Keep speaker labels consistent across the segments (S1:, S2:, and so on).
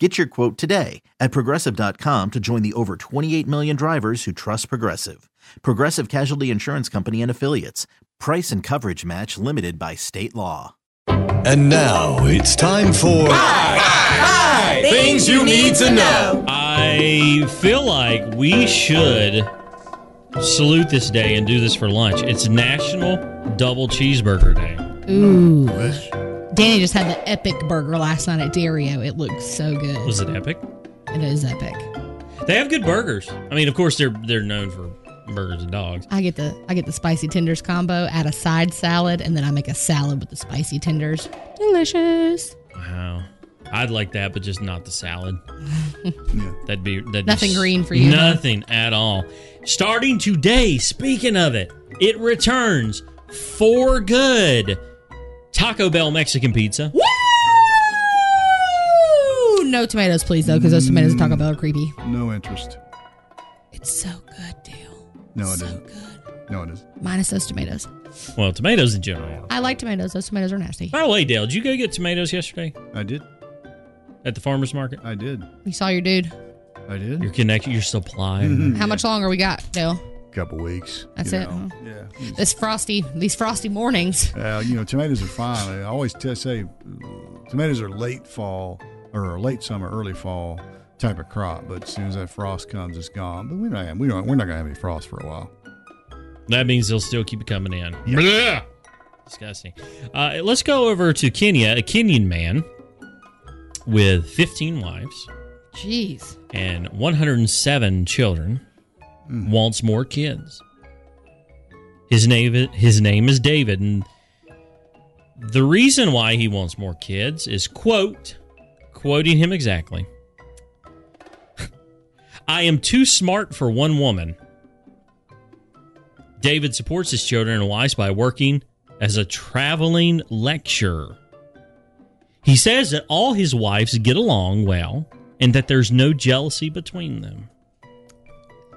S1: Get your quote today at progressive.com to join the over 28 million drivers who trust Progressive. Progressive Casualty Insurance Company and Affiliates. Price and coverage match limited by state law.
S2: And now it's time for
S3: Things you need to know.
S4: I feel like we should salute this day and do this for lunch. It's National Double Cheeseburger Day.
S5: Ooh. Danny just had the epic burger last night at Dario. It looked so good.
S4: Was it epic?
S5: It is epic.
S4: They have good burgers. I mean, of course they're they're known for burgers and dogs.
S5: I get the I get the spicy tenders combo, add a side salad, and then I make a salad with the spicy tenders. Delicious.
S4: Wow. I'd like that, but just not the salad. That'd be that'd
S5: Nothing
S4: be s-
S5: green for you, huh?
S4: Nothing at all. Starting today, speaking of it, it returns for good. Taco Bell Mexican Pizza.
S5: Woo! No tomatoes, please, though, because those tomatoes at Taco Bell are creepy.
S3: No interest.
S5: It's so good, Dale.
S3: No, it
S5: so
S3: isn't.
S5: good.
S3: No, it isn't.
S5: Minus those tomatoes.
S4: Well, tomatoes in general.
S5: I like tomatoes. Those tomatoes are nasty.
S4: By the way, Dale, did you go get tomatoes yesterday
S3: I did.
S4: at the farmers market?
S3: I did.
S5: You saw your dude.
S3: I did.
S4: Your connection, your supply.
S5: How much longer we got, Dale?
S3: couple weeks.
S5: That's
S3: you
S5: it,
S3: know. Yeah.
S5: This frosty, these frosty mornings.
S3: Uh, you know, tomatoes are fine. I always t- say tomatoes are late fall or late summer, early fall type of crop. But as soon as that frost comes, it's gone. But we don't. We don't. We're not gonna have any frost for a while.
S4: That means they'll still keep it coming in. Blah! Disgusting. Uh, let's go over to Kenya. A Kenyan man with 15 wives
S5: Jeez.
S4: and 107 children wants more kids. His name is, his name is David, and the reason why he wants more kids is quote quoting him exactly. I am too smart for one woman. David supports his children and wives by working as a traveling lecturer. He says that all his wives get along well and that there's no jealousy between them.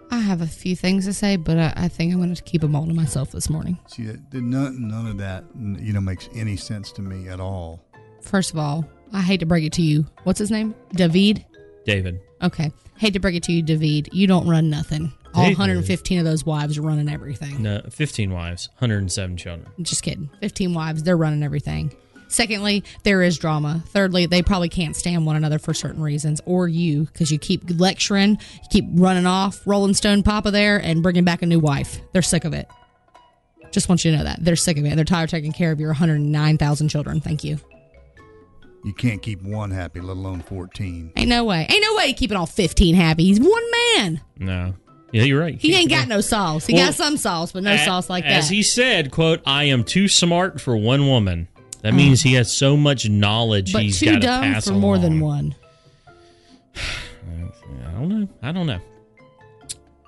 S5: I have a few things to say, but I, I think I'm going to keep them all to myself this morning.
S3: See, that, that none, none of that you know makes any sense to me at all.
S5: First of all, I hate to break it to you. What's his name? David?
S4: David,
S5: Okay. Hate to break it to you, David. You don't run nothing. All
S4: David.
S5: 115 of those wives are running everything.
S4: no, 15 wives, 107 children.
S5: Just kidding. 15 wives, they're running everything. Secondly, there is drama. Thirdly, they probably can't stand one another for certain reasons, or you, because you keep lecturing, you keep running off, Rolling Stone Papa there, and bringing back a new wife. They're sick of it. Just want you to know that. They're sick of it. They're tired of taking care of your 109,000 children. Thank you.
S3: You can't keep one happy, let alone fourteen.
S5: Ain't no way. Ain't no way keeping all 15 happy. He's one man.
S4: No. Yeah, you're right.
S5: He ain't got no sauce. He
S4: Well,
S5: got some sauce, but no
S4: A-
S5: sauce like
S4: As
S5: that.
S4: he said, quote, I am too smart for one woman. That means he has so much knowledge
S5: but
S4: he's
S5: too
S4: got to
S5: dumb
S4: pass
S5: for more than
S4: along.
S5: one.
S4: I don't know. I don't know.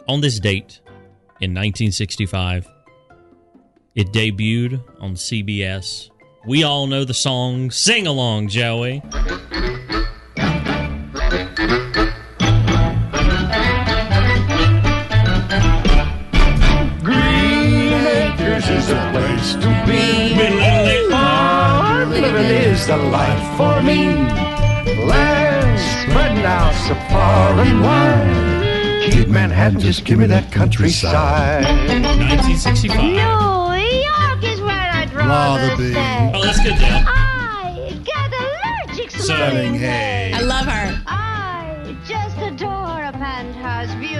S4: On this date in 1965, it debuted on CBS. We all know the song Sing Along, Joey.
S6: Green Acres is a place to be. Farm living is the life for me. Land spreading out so far and wide. Keep Manhattan, just give me that countryside.
S4: 1965.
S7: New York is where I'd rather,
S3: Rather be.
S7: stay.
S4: Oh, that's good, Dale.
S7: I get allergic
S4: So-
S7: smelling hay.
S5: I love her.
S7: I just adore a penthouse view.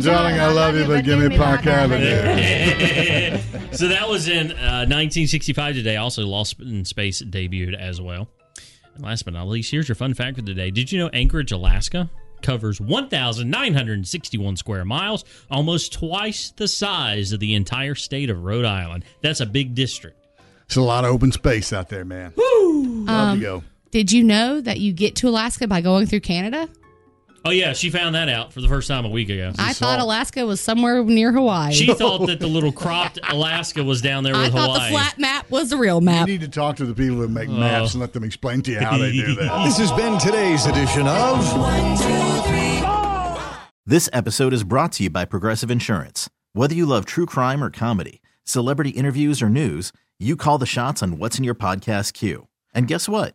S3: Darling, I love you, but give me Park Avenue.
S4: so that was in uh, 1965 today. Also, Lost in Space debuted as well. And last but not least, here's your fun fact for the day. Did you know Anchorage, Alaska covers 1,961 square miles, almost twice the size of the entire state of Rhode Island? That's a big district.
S3: It's a lot of open space out there, man. Woo! Love to go.
S5: Did you know that you get to Alaska by going through Canada?
S4: Oh yeah, she found that out for the first time a week ago.
S5: I thought Alaska was somewhere near Hawaii.
S4: She thought that the little cropped Alaska was down there with
S5: I thought
S4: Hawaii.
S5: the flat map was the real map.
S3: You need to talk to the people that make maps and let them explain to you how they do that.
S2: This has been today's edition of
S1: This episode is brought to you by Progressive Insurance. Whether you love true crime or comedy, celebrity interviews or news, you call the shots on what's in your podcast queue. And guess what?